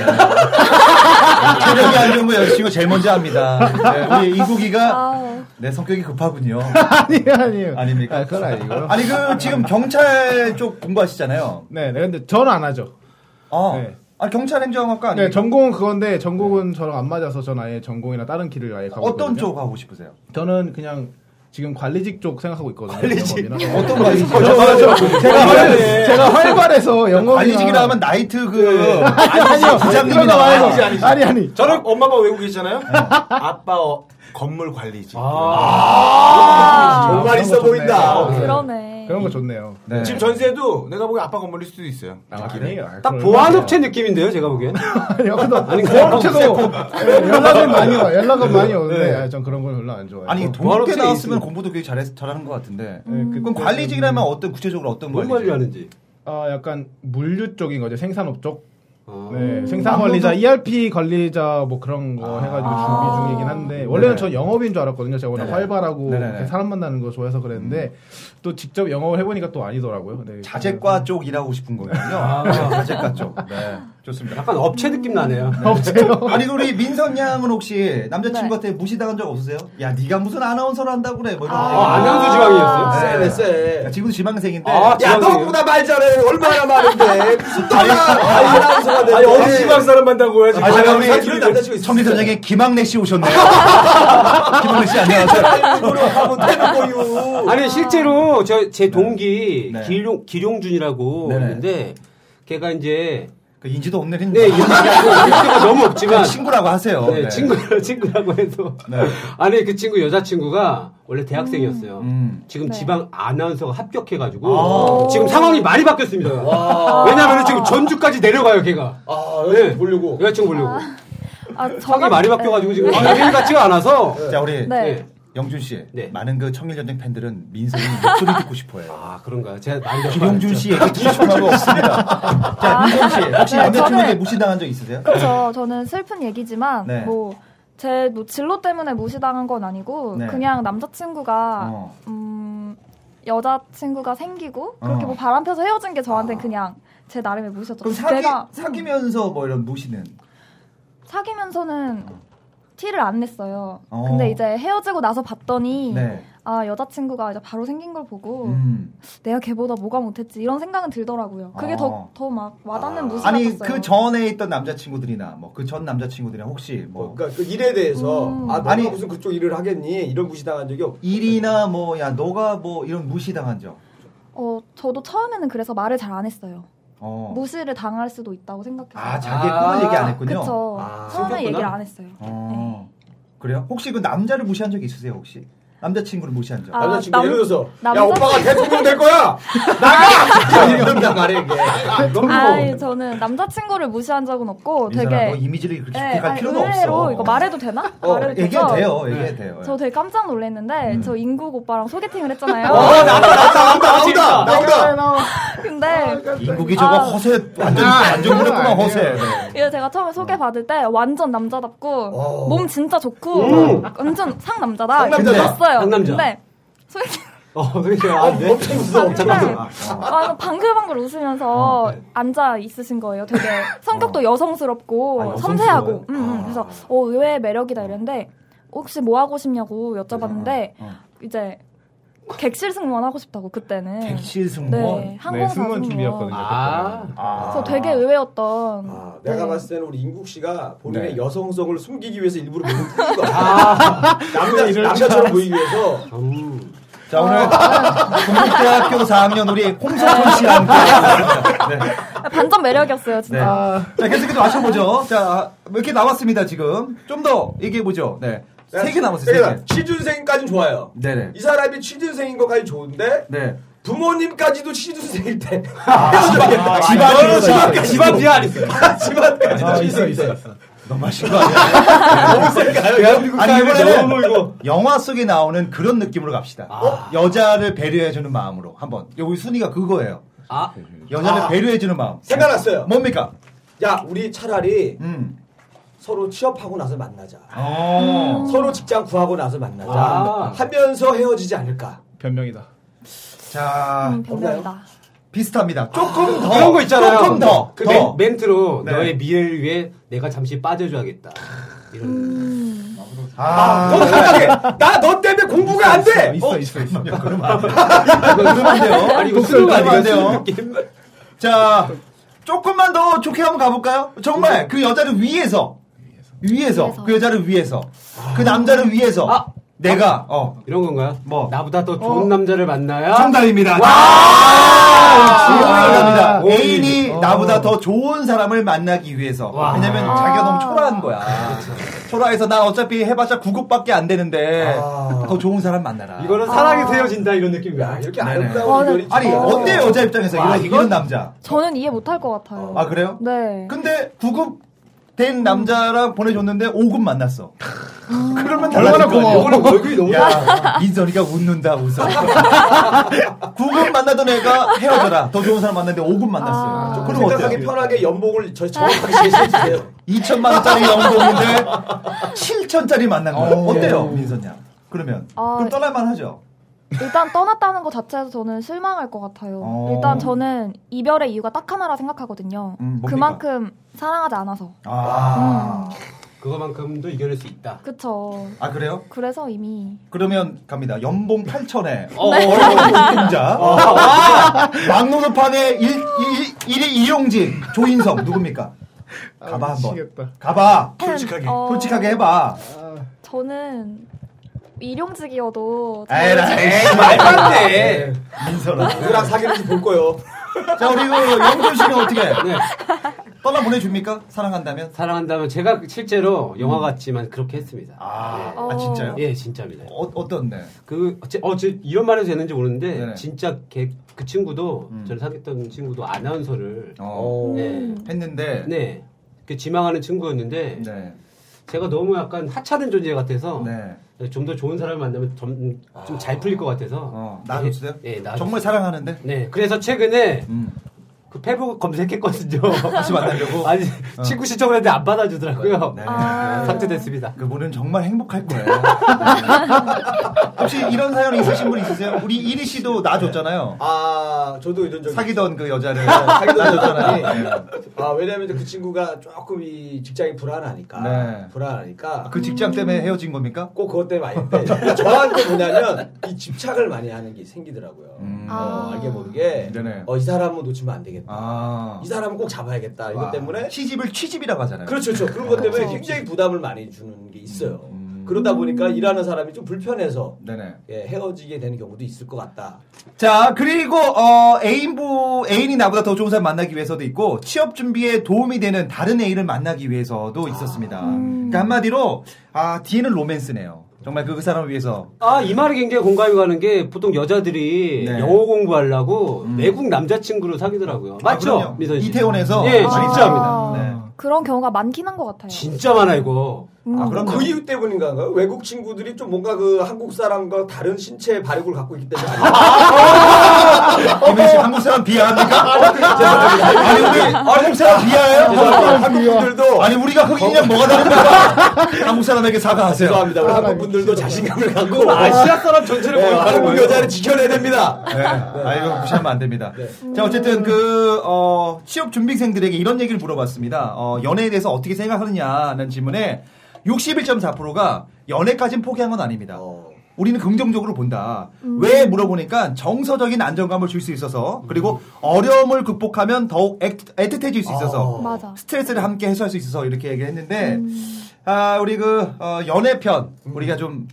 Speaker 3: 체력이 안 좋은 건 여자친구가 제일 먼저 압니다. 네, 우리 인국이가 내 성격이 급하군요.
Speaker 12: *laughs* 아니에요, 아니에요.
Speaker 3: 아닙니까?
Speaker 12: 아, 그건 아니고요.
Speaker 3: 아니 그 지금 경찰 쪽 공부하시잖아요.
Speaker 12: 네, 네, 근데 저는 안 하죠.
Speaker 3: 아, 아 경찰 행정학과 아니에요? 네.
Speaker 12: 네, 전공은 그건데 전공은 저랑 안 맞아서 전 아예 전공이나 다른 길을 아예 가고
Speaker 3: 어떤
Speaker 12: 있거든요.
Speaker 3: 쪽 하고 싶으세요?
Speaker 12: 저는 그냥 지금 관리직 쪽 생각하고 있거든요.
Speaker 3: 관리직? 네.
Speaker 12: 영업이나.
Speaker 3: *laughs* 어떤 관리직?
Speaker 12: 저, 저, 저, 저, 제가 활, 제가 활발해서 영업
Speaker 3: 네, 관리직이라 하면 나이트 그
Speaker 12: 아니, 아니요.
Speaker 3: 부장님이
Speaker 12: 그런 거 말고.
Speaker 3: 나와요.
Speaker 12: 아니지. 아니, 아니.
Speaker 15: 저는 엄마 아빠 외국에
Speaker 3: 네.
Speaker 15: 있잖아요. 아빠 어, 건물 관리지.
Speaker 12: 아,
Speaker 15: 정말
Speaker 12: 그런 거
Speaker 15: 있어
Speaker 12: 좋네.
Speaker 15: 보인다.
Speaker 12: 네.
Speaker 8: 그러네.
Speaker 12: 그런 거 좋네요. 네.
Speaker 15: 지금 전세도 내가 보기엔 아빠 건물일 수도 있어요.
Speaker 12: 아니에요.
Speaker 7: 딱 보안업체 느낌인데요, 제가 보기엔.
Speaker 12: *laughs* 아니요, 근데
Speaker 7: 그냥
Speaker 12: 보안업체도 연락은 많이 와, 연락은 많이
Speaker 3: 네.
Speaker 12: 오는데 아, 전 그런 걸 별로 안 좋아해요.
Speaker 3: 아니 동업대 나왔으면 공부도 되게 잘해 잘하는 것 같은데. 예, 그럼 관리직이라면 어떤 구체적으로 어떤
Speaker 12: 뭔
Speaker 3: 관리직?
Speaker 7: 관리하는지?
Speaker 12: 아, 약간 물류 쪽인 거죠. 생산업 쪽.
Speaker 3: 음.
Speaker 7: 아.
Speaker 12: 네,
Speaker 13: 아,
Speaker 12: 생산 관리자, ERP 관리자 뭐 그런 거
Speaker 7: 아.
Speaker 12: 해가지고
Speaker 13: 아.
Speaker 12: 준비 중이긴 한데 원래는
Speaker 3: 네네.
Speaker 12: 저 영업인 줄 알았거든요. 제가 워낙
Speaker 3: 네네.
Speaker 12: 활발하고
Speaker 3: 네네네.
Speaker 12: 이렇게 사람 만나는 거 좋아해서 그랬는데
Speaker 7: 음.
Speaker 12: 또 직접 영업을 해보니까 또 아니더라고요. 네,
Speaker 3: 자재과 쪽 일하고 싶은 거거든요. 자재과 쪽. 네, 좋습니다.
Speaker 7: 약간 업체 느낌 나네요.
Speaker 12: 업체요?
Speaker 3: *laughs* 아니 우리 민선 양은 혹시 남자친구한테 무시당한 적 없으세요? 야, 네가 무슨 아나운서를 한다고 그래? 뭐 이런.
Speaker 7: 아,
Speaker 3: 얘기.
Speaker 7: 아나운서 지망이었어요?
Speaker 3: 네.
Speaker 7: 쎄, 쎄.
Speaker 3: 야, 지금도 지망생인데.
Speaker 7: 아, 지망생이에요?
Speaker 3: 말 잘해. 얼마나 말인데. 무슨
Speaker 15: 아니,
Speaker 3: 아나운서가
Speaker 15: 아니, 어디 지방 사람 만나고 해야지.
Speaker 3: 아, 잠깐 우리
Speaker 15: 사람 이런 남자친구 있어.
Speaker 3: 청리 선장의 김학래 씨 오셨네요.
Speaker 7: *laughs*
Speaker 3: 김학래 씨 안녕하세요. 네.
Speaker 7: 아니 실제로 저 제 동기 길용 길용준이라고
Speaker 3: 네네. 그
Speaker 7: 있는데 걔가 이제
Speaker 3: 인지도 없는
Speaker 7: 네, 인지가 인지도가 너무 없지만
Speaker 3: 친구라고 하세요.
Speaker 7: 네,
Speaker 3: 네.
Speaker 7: 친구 친구라고 해도 *laughs* 아니 그 친구 여자 친구가 원래 대학생이었어요.
Speaker 3: 음,
Speaker 7: 지금
Speaker 8: 네.
Speaker 7: 지방 아나운서가 합격해가지고
Speaker 13: 아.
Speaker 7: 지금 상황이 많이 바뀌었습니다.
Speaker 13: 와.
Speaker 7: 왜냐면 지금 전주까지 내려가요 걔가.
Speaker 13: 아, 여자친구 보려고.
Speaker 7: 여자친구 보려고.
Speaker 13: 그러니까
Speaker 8: 아,
Speaker 7: 상황이 많이 바뀌어가지고 지금
Speaker 3: 네.
Speaker 7: 연예인 같지가 않아서.
Speaker 13: 어,
Speaker 3: 자 우리
Speaker 8: 네.
Speaker 3: 영준 씨 많은 그 청일전쟁 팬들은 민선이 목소리 듣고 싶어요.
Speaker 7: 아 그런가요? 제가 많이
Speaker 3: 김용준 씨
Speaker 13: 그
Speaker 3: 얘기 듣고 싶은 *laughs* 마음 없습니다. 자 민선 씨 혹시
Speaker 8: 네,
Speaker 3: 남자친구에게
Speaker 8: 저는-
Speaker 3: 무시당한 적 있으세요?
Speaker 8: 그렇죠. 저는 슬픈 얘기지만
Speaker 3: 네.
Speaker 8: 뭐. 제 뭐 진로 때문에 무시당한 건 아니고
Speaker 3: 네.
Speaker 8: 그냥 남자친구가
Speaker 3: 어.
Speaker 8: 음, 여자친구가 생기고
Speaker 3: 어.
Speaker 8: 그렇게
Speaker 3: 아.
Speaker 8: 뭐 바람 펴서 헤어진 게 저한테 는 그냥 제 나름의 무시였죠.
Speaker 3: 그럼 사귀
Speaker 8: 내가 음.
Speaker 3: 사귀면서 뭐 이런 무시는
Speaker 8: 사귀면서는 티를 안 냈어요.
Speaker 3: 어.
Speaker 8: 근데 이제 헤어지고 나서 봤더니
Speaker 3: 네.
Speaker 8: 아 여자친구가 이제 바로 생긴 걸 보고
Speaker 3: 음.
Speaker 8: 내가 걔보다 뭐가 못했지 이런 생각은 들더라고요. 그게
Speaker 3: 어.
Speaker 8: 더 더 막 와닿는 무시
Speaker 3: 아니
Speaker 8: 같았어요.
Speaker 3: 그 전에 있던 남자친구들이나 뭐 그 전 남자친구들이나 혹시 뭐
Speaker 13: 그러니까 그 일에 대해서
Speaker 8: 음.
Speaker 13: 아, 너가
Speaker 3: 아니,
Speaker 13: 무슨 그쪽 일을 하겠니? 이런 무시당한 적이 없.
Speaker 3: 일이나 뭐 야 너가 뭐 이런 무시당한 적.
Speaker 8: 어 저도 처음에는 그래서 말을 잘 안 했어요.
Speaker 3: 어.
Speaker 8: 무시를 당할 수도 있다고 생각해서.
Speaker 3: 아, 자기의 꿈을 얘기 안 했군요.
Speaker 8: 그쵸. 네.
Speaker 3: 아,
Speaker 8: 처음에
Speaker 3: 생겼구나.
Speaker 8: 얘기를 안 했어요.
Speaker 3: 어. 그래요? 혹시 그 남자를 무시한 적 있으세요 혹시? 남자친구를 무시한 적?
Speaker 8: 아, 남자친구 남- 예를 들어서, 야, 남자-
Speaker 13: 오빠가 대통령 될 거야.
Speaker 8: *laughs*
Speaker 3: 나가! 이런 나가래 이게.
Speaker 8: 아, 저는 남자친구를 무시한 적은 없고
Speaker 3: 민선아,
Speaker 8: 되게
Speaker 3: 너 이미지를 그렇게
Speaker 8: 네,
Speaker 3: 생각할
Speaker 8: 아니,
Speaker 3: 필요가
Speaker 8: 의외로
Speaker 3: 없어.
Speaker 8: 이거 말해도 되나?
Speaker 3: 어,
Speaker 8: 말해도 되죠? 네.
Speaker 3: 얘기해도 돼요. 음. 얘기해도 돼요.
Speaker 8: 저 되게 깜짝 놀랐는데 저 인국 오빠랑 소개팅을
Speaker 3: 어, *laughs*
Speaker 8: 했잖아요. 네,
Speaker 13: 나온다, 나온다.
Speaker 3: 아, 그러니까
Speaker 8: 근데
Speaker 3: 인국이 저거
Speaker 8: 아. 네.
Speaker 3: 허세 완전 완전 부렸구나 허세. 네.
Speaker 8: 예, 제가 처음에 소개받을 때 완전 남자답고 몸 진짜 좋고
Speaker 7: 음.
Speaker 8: 완전 어. 상남자다.
Speaker 7: 상남자다.
Speaker 8: 었어요
Speaker 7: 상남자.
Speaker 8: 근데 소개팅
Speaker 7: 어, 그렇게
Speaker 3: 그렇죠.
Speaker 7: 안
Speaker 3: 네.
Speaker 7: 돼. 엄청
Speaker 8: 무서워. 아, 방글방글 웃으면서 앉아 네. 있으신 거예요. 되게 성격도 여성스럽고
Speaker 7: 아,
Speaker 8: 섬세하고. 음, 음. 그래서 어, 의외의 매력이다 이랬는데 혹시 뭐 하고 싶냐고 여쭤봤는데 이제 객실 승무원 하고 싶다고 그때는.
Speaker 3: 객실 승무원?
Speaker 8: 네,
Speaker 12: 네,
Speaker 8: 항공사
Speaker 12: 승무원
Speaker 8: 승무원.
Speaker 12: 준비였거든요.
Speaker 8: 아. 그래서 되게 의외였던.
Speaker 13: 내가 봤을 때는 우리 인국 씨가 본인의 여성성을 숨기기 위해서 일부러 몸을 *laughs* 푸는 거야. 남자, 남자처럼 아, 보이기 위해서. 음.
Speaker 3: 자 오늘
Speaker 13: 아.
Speaker 3: 동국대학교 4학년 우리 홍성준 씨랑
Speaker 13: *laughs*
Speaker 8: 반전 매력이었어요,
Speaker 3: 네.
Speaker 8: 진짜.
Speaker 3: 자 계속해서 맞춰보죠. 자뭐 이렇게 나왔습니다 지금. 좀 더 얘기해 보죠. 네. 세 개 남았어요. 세 개.
Speaker 13: 취준생까지 좋아요.
Speaker 3: 네네.
Speaker 13: 이 사람이 취준생인 것까지 좋은데
Speaker 3: 네.
Speaker 13: 부모님까지도 취준생일 때
Speaker 3: *laughs* 아, 집안 비하. 집안
Speaker 13: 집안
Speaker 3: 비하 안
Speaker 13: 있어요. 집안까지 아, 있어 있어.
Speaker 3: 너무 하신 거 아니야?
Speaker 13: 네. 너무 센가요? 대한민국
Speaker 3: 아니
Speaker 13: 사람이 너무
Speaker 3: 이번에는 영화 속에 나오는 그런 느낌으로 갑시다.
Speaker 13: 어?
Speaker 3: 여자를 배려해주는 마음으로 한번 여기 순위가 그거예요.
Speaker 7: 아,
Speaker 3: 여자를
Speaker 13: 아.
Speaker 3: 배려해주는 마음.
Speaker 13: 생각났어요.
Speaker 3: 뭡니까?
Speaker 13: 야, 우리 차라리
Speaker 3: 음.
Speaker 13: 서로 취업하고 나서 만나자.
Speaker 3: 어.
Speaker 13: 서로 직장 구하고 나서 만나자.
Speaker 3: 아.
Speaker 13: 하면서 헤어지지 않을까.
Speaker 12: 변명이다.
Speaker 3: 자,
Speaker 8: 네. 변명이다.
Speaker 3: 비슷합니다. 조금 더
Speaker 7: 그런 거 있잖아요.
Speaker 3: 조금 더.
Speaker 7: 그
Speaker 3: 더.
Speaker 7: 멘, 트로
Speaker 3: 네.
Speaker 7: 너의 미래를 위해 내가 잠시 빠져줘야겠다. 이런.
Speaker 3: 아,
Speaker 13: 너 갑자기 나너 때문에 공부가 안 돼. 있어
Speaker 12: 있어 있어.
Speaker 7: 아,
Speaker 3: 그러면 안 *laughs* 돼요.
Speaker 7: 아니, 이거 수능
Speaker 3: 그러면 안
Speaker 7: 아니에요?
Speaker 3: 돼요. 자, 조금만 더 좋게 한번 가볼까요?
Speaker 7: 네.
Speaker 3: 정말 그 여자를 위해서. 위해서. 그 여자를 위해서. 그 남자를 위해서. 내가 어
Speaker 6: 아. 이런 건가요? 뭐 나보다 더 좋은 남자를 만나야
Speaker 3: 정답입니다.
Speaker 6: 와!
Speaker 3: 아, 애인이
Speaker 6: 어.
Speaker 3: 나보다 더 좋은 사람을 만나기 위해서. 왜냐면 자기가 너무 초라한 거야.
Speaker 6: 아, 그렇죠.
Speaker 3: 초라해서 난 어차피 해봤자 9급밖에 안 되는데 더 좋은 사람 만나라.
Speaker 6: 아. 이거는 사랑이 되어진다 이런 느낌이야.
Speaker 3: 이렇게
Speaker 8: 아름다운
Speaker 3: 아니,
Speaker 8: 이별이
Speaker 3: 아니
Speaker 8: 진짜.
Speaker 3: 어때 여자 입장에서
Speaker 8: 와,
Speaker 3: 이런, 이런 남자?
Speaker 8: 저는 이해 못 할 것 같아요.
Speaker 3: 아 그래요?
Speaker 8: 네.
Speaker 3: 근데 9급 된 남자랑 보내줬는데 5급 만났어.
Speaker 8: 아.
Speaker 3: 그러면
Speaker 8: 얼마나
Speaker 3: 달라질 거 아니야.
Speaker 8: 고마워. 이거는 얼굴이 너무
Speaker 3: 야, 인선이가 웃는다 웃어. 9급 만나던 애가 헤어져라. 더 좋은 사람 만났는데 5급 만났어요.
Speaker 8: 아.
Speaker 3: 저 그럼
Speaker 12: 생각하기
Speaker 3: 어때요?
Speaker 12: 편하게 연봉을 저 정확하게 제시해주세요.
Speaker 3: 2천만 원짜리 연봉인데 7천짜리 만난 거예요. 어때요, 민선 양? 그러면
Speaker 8: 아,
Speaker 3: 그럼 떠날만 하죠.
Speaker 8: 일단 떠났다는 것 자체에서 저는 실망할 것 같아요.
Speaker 3: 어.
Speaker 8: 일단 저는 이별의 이유가 딱 하나라 생각하거든요.
Speaker 6: 음, 뭡니까?
Speaker 8: 그만큼 음. 사랑하지 않아서.
Speaker 3: 아.
Speaker 6: 그거만큼도 이겨낼 수 있다.
Speaker 8: 그쵸.
Speaker 3: 아 그래요?
Speaker 8: 그래서 이미
Speaker 3: 그러면 갑니다. 연봉 8천에
Speaker 8: 어,
Speaker 3: 어려운 아, 노동자
Speaker 8: 어.
Speaker 3: 막노노판의 일, 일, 일의 이용진 조인성 누굽니까? 가봐 한번. 가봐. 솔직하게.
Speaker 8: 어.
Speaker 3: 솔직하게 해봐.
Speaker 8: 저는 일용직이어도
Speaker 3: 에라, 에이, 말도 안 돼. 민선아. 누구랑 사귀는지 볼 거요. 네. 자, 우리 그 영준 씨는 어떻게? 떠나 보내줍니까? 사랑한다면?
Speaker 6: 사랑한다면 제가 실제로 영화 같지만 그렇게 했습니다.
Speaker 3: 아,
Speaker 6: 예.
Speaker 3: 아, 진짜요?
Speaker 6: 예, 진짜입니다.
Speaker 3: 어, 어떤데?
Speaker 6: 그, 어째- 어, 저 이런 말해도 되는지 모르는데,
Speaker 3: 네.
Speaker 6: 진짜 걔, 그 친구도,
Speaker 3: 음.
Speaker 6: 저를 사귀었던 친구도 아나운서를
Speaker 3: 어, 했는데, 네.
Speaker 6: 네. 그 지망하는 친구였는데, 제가 너무 약간 하찮은 존재 같아서,
Speaker 3: 네.
Speaker 6: 좀 더 좋은 사람을 만나면 좀 잘 풀릴 것 같아서.
Speaker 3: 나아줬어요?
Speaker 6: 예, 예, 나아줬어요.
Speaker 3: 정말 사랑하는데? 음,
Speaker 6: 네. 그래서 최근에, 그 페북 검색했거든요.
Speaker 3: 다시 만나려고?
Speaker 6: *laughs* 아니,
Speaker 3: 어.
Speaker 6: 친구 신청을 했는데 안 받아주더라고요. *laughs*
Speaker 3: 아.
Speaker 6: 삭제됐습니다.
Speaker 3: 그분은 정말 행복할
Speaker 6: *laughs*
Speaker 3: 거예요. 네. 혹시 이런 사연 있으신 분 있으세요? 우리 이리 씨도
Speaker 6: 네.
Speaker 3: 나 줬잖아요.
Speaker 12: 아, 저도 이런 적
Speaker 3: 사귀던 그
Speaker 6: *laughs*
Speaker 3: 여자를
Speaker 12: 사귀던
Speaker 3: 줬잖아요.
Speaker 6: 네.
Speaker 12: 여자니. 아, 왜냐면 그 친구가 조금 이 직장이 불안하니까.
Speaker 3: 네.
Speaker 12: 불안하니까.
Speaker 3: 그 직장 때문에 헤어진 겁니까?
Speaker 6: 음.
Speaker 12: 꼭 그것 때문에 아닌데. 그러니까 저한테 뭐냐면 이 집착을 많이 하는 게 생기더라고요. 어, 알게 모르게. 어, 이 사람은 놓치면 안 되겠다. 이 사람은 꼭 잡아야겠다. 이것
Speaker 3: 와.
Speaker 12: 때문에.
Speaker 3: 아. 시집을 취집이라고 하잖아요.
Speaker 12: 그렇죠, 그렇죠. 음. 그런 것 때문에 굉장히 부담을 많이 주는 게 있어요. 그러다 보니까 일하는 사람이 좀 불편해서
Speaker 3: 네네.
Speaker 12: 예, 헤어지게 되는 경우도 있을 것 같다.
Speaker 3: 자, 그리고 어, 애인부 애인이 나보다 더 좋은 사람 만나기 위해서도 있고 취업 준비에 도움이 되는 다른 애인을 만나기 위해서도
Speaker 6: 아,
Speaker 3: 있었습니다.
Speaker 6: 음.
Speaker 3: 그러니까 한마디로 아, 뒤에는 로맨스네요. 정말 그, 그 사람을 위해서.
Speaker 6: 아, 이 말이 굉장히 공감이 가는 게 보통 여자들이
Speaker 3: 네. 음.
Speaker 6: 영어 공부하려고 외국 남자친구를 사귀더라고요. 맞죠?
Speaker 3: 아, 그럼요.
Speaker 6: 미선 씨.
Speaker 3: 이태원에서 네.
Speaker 6: 예,
Speaker 8: 아.
Speaker 6: 진짜입니다.
Speaker 8: 그런 경우가 많긴 한 것 같아요.
Speaker 6: 진짜 많아, 이거.
Speaker 3: 음.
Speaker 8: 아,
Speaker 12: 그 이유 때문인가요? 외국 친구들이 좀 뭔가 그 한국 사람과 다른 신체 발육을 갖고
Speaker 3: *laughs*
Speaker 12: 있기 때문에.
Speaker 3: 아. 김현 씨 한국 사람 비하합니까? 아니, 우리 한국 사람 비하예요?
Speaker 12: 아, 네. 죄송합니다. 한국분들도
Speaker 3: 아니, 우리가 그 흑인이랑 뭐가
Speaker 12: *laughs*
Speaker 3: 다른가? 한국 사람에게 사과하세요.
Speaker 12: 죄송합니다. 우리 한국분들도 자신감을 갖고
Speaker 3: 아시아 사람 전체를
Speaker 12: 네,
Speaker 3: 보여주는
Speaker 12: 한국
Speaker 3: 거예요.
Speaker 12: 여자를 지켜내야 됩니다. 네.
Speaker 3: 네. 아, 이거 무시하면 안 됩니다. 자, 어쨌든 그, 어, 취업 준비생들에게 이런 얘기를 물어봤습니다. 어, 연애에 대해서 어떻게 생각하느냐는 질문에 61.4%가 연애까진 포기한 건 아닙니다.
Speaker 12: 어.
Speaker 3: 우리는 긍정적으로 본다.
Speaker 8: 음.
Speaker 3: 왜 물어보니까 정서적인 안정감을 줄 수 있어서 그리고 어려움을 극복하면 더욱 애틋- 애틋해질 수 있어서
Speaker 8: 맞아. 음.
Speaker 3: 스트레스를 함께 해소할 수 있어서 이렇게 얘기를 했는데 아 우리 그 어, 연애편
Speaker 12: 음.
Speaker 3: 우리가 좀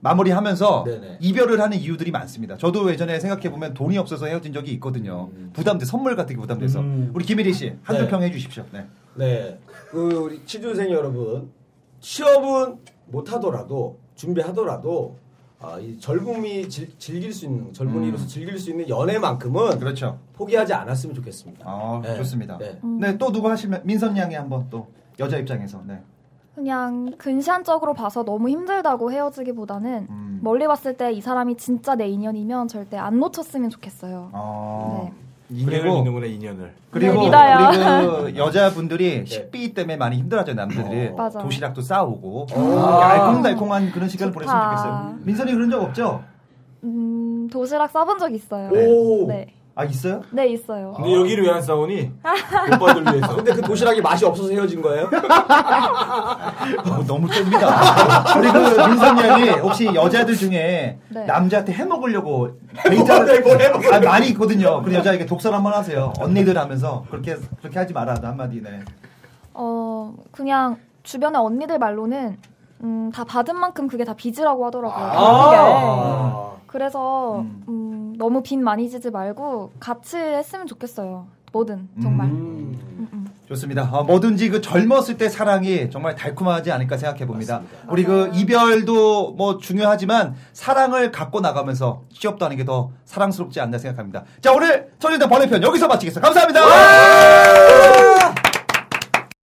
Speaker 3: 마무리하면서 이별을 하는 이유들이 많습니다. 저도 예전에 생각해 보면 돈이 없어서 헤어진 적이 있거든요. 부담돼 선물 같은 게 부담돼서 우리 김일희 씨 한두
Speaker 12: 네.
Speaker 3: 평 해주십시오. 네.
Speaker 12: 네. 그 우리 취준생 여러분, 취업은 못하더라도 준비하더라도 아, 이 젊음이 질, 즐길 수 있는
Speaker 9: 음.
Speaker 12: 젊은이로서 즐길 수 있는 연애만큼은
Speaker 3: 그렇죠.
Speaker 12: 포기하지 않았으면 좋겠습니다.
Speaker 3: 아
Speaker 12: 네.
Speaker 3: 좋습니다.
Speaker 12: 네.
Speaker 3: 네 또 누구 하시면 민선 양이 한번 또 여자 입장에서 네.
Speaker 8: 그냥 근시안적으로 봐서 너무 힘들다고 헤어지기보다는 멀리 봤을 때 이 사람이 진짜 내 인연이면 절대 안 놓쳤으면 좋겠어요.
Speaker 3: 아.
Speaker 9: 인연을
Speaker 3: 그리고-
Speaker 9: 믿는구나 인연을.
Speaker 3: 그리고
Speaker 8: 네, 믿어요.
Speaker 3: 우리 그 여자분들이 식비 때문에 많이 힘들어하죠 남들이
Speaker 8: 어. 맞아.
Speaker 3: 도시락도 싸오고
Speaker 8: 아.
Speaker 3: 알콩달콩한 그런 시간을
Speaker 8: 좋다.
Speaker 3: 보냈으면 좋겠어요. 민선이 그런 적 없죠?
Speaker 8: 음, 도시락 싸본 적 있어요.
Speaker 3: 오.
Speaker 8: 네.
Speaker 3: 아 있어요?
Speaker 8: 네, 있어요.
Speaker 9: 근데 여기를 왜 안 싸우니?
Speaker 12: *laughs*
Speaker 9: 오빠들 위해서.
Speaker 12: 근데 그 도시락이 맛이 없어서 헤어진 거예요?
Speaker 3: 어, 너무 뜹니다. *laughs* 우리 그 민선 양이 혹시 여자들 중에
Speaker 8: 네.
Speaker 3: 남자한테 해먹으려고 데이트를 아, 많이 있거든요. 그 여자에게 독설 한번 하세요. 언니들 하면서 그렇게 그렇게 하지 마라 한마디 네.
Speaker 8: 어, 그냥 주변의 언니들 말로는
Speaker 13: 음, 다 받은 만큼 그게 다 빚이라고 하더라고요.
Speaker 9: 아.
Speaker 13: 결국에. 그래서 음, 너무 빚 많이 지지 말고 같이 했으면 좋겠어요. 뭐든 정말. 음, 음.
Speaker 3: 좋습니다. 아, 뭐든지 그 젊었을 때 사랑이 정말 달콤하지 않을까 생각해 봅니다. 우리 그 이별도 뭐 중요하지만 사랑을 갖고 나가면서 취업도 하는 게 더 사랑스럽지 않나 생각합니다. 자 오늘 천일단 번외편 여기서 마치겠습니다. 감사합니다.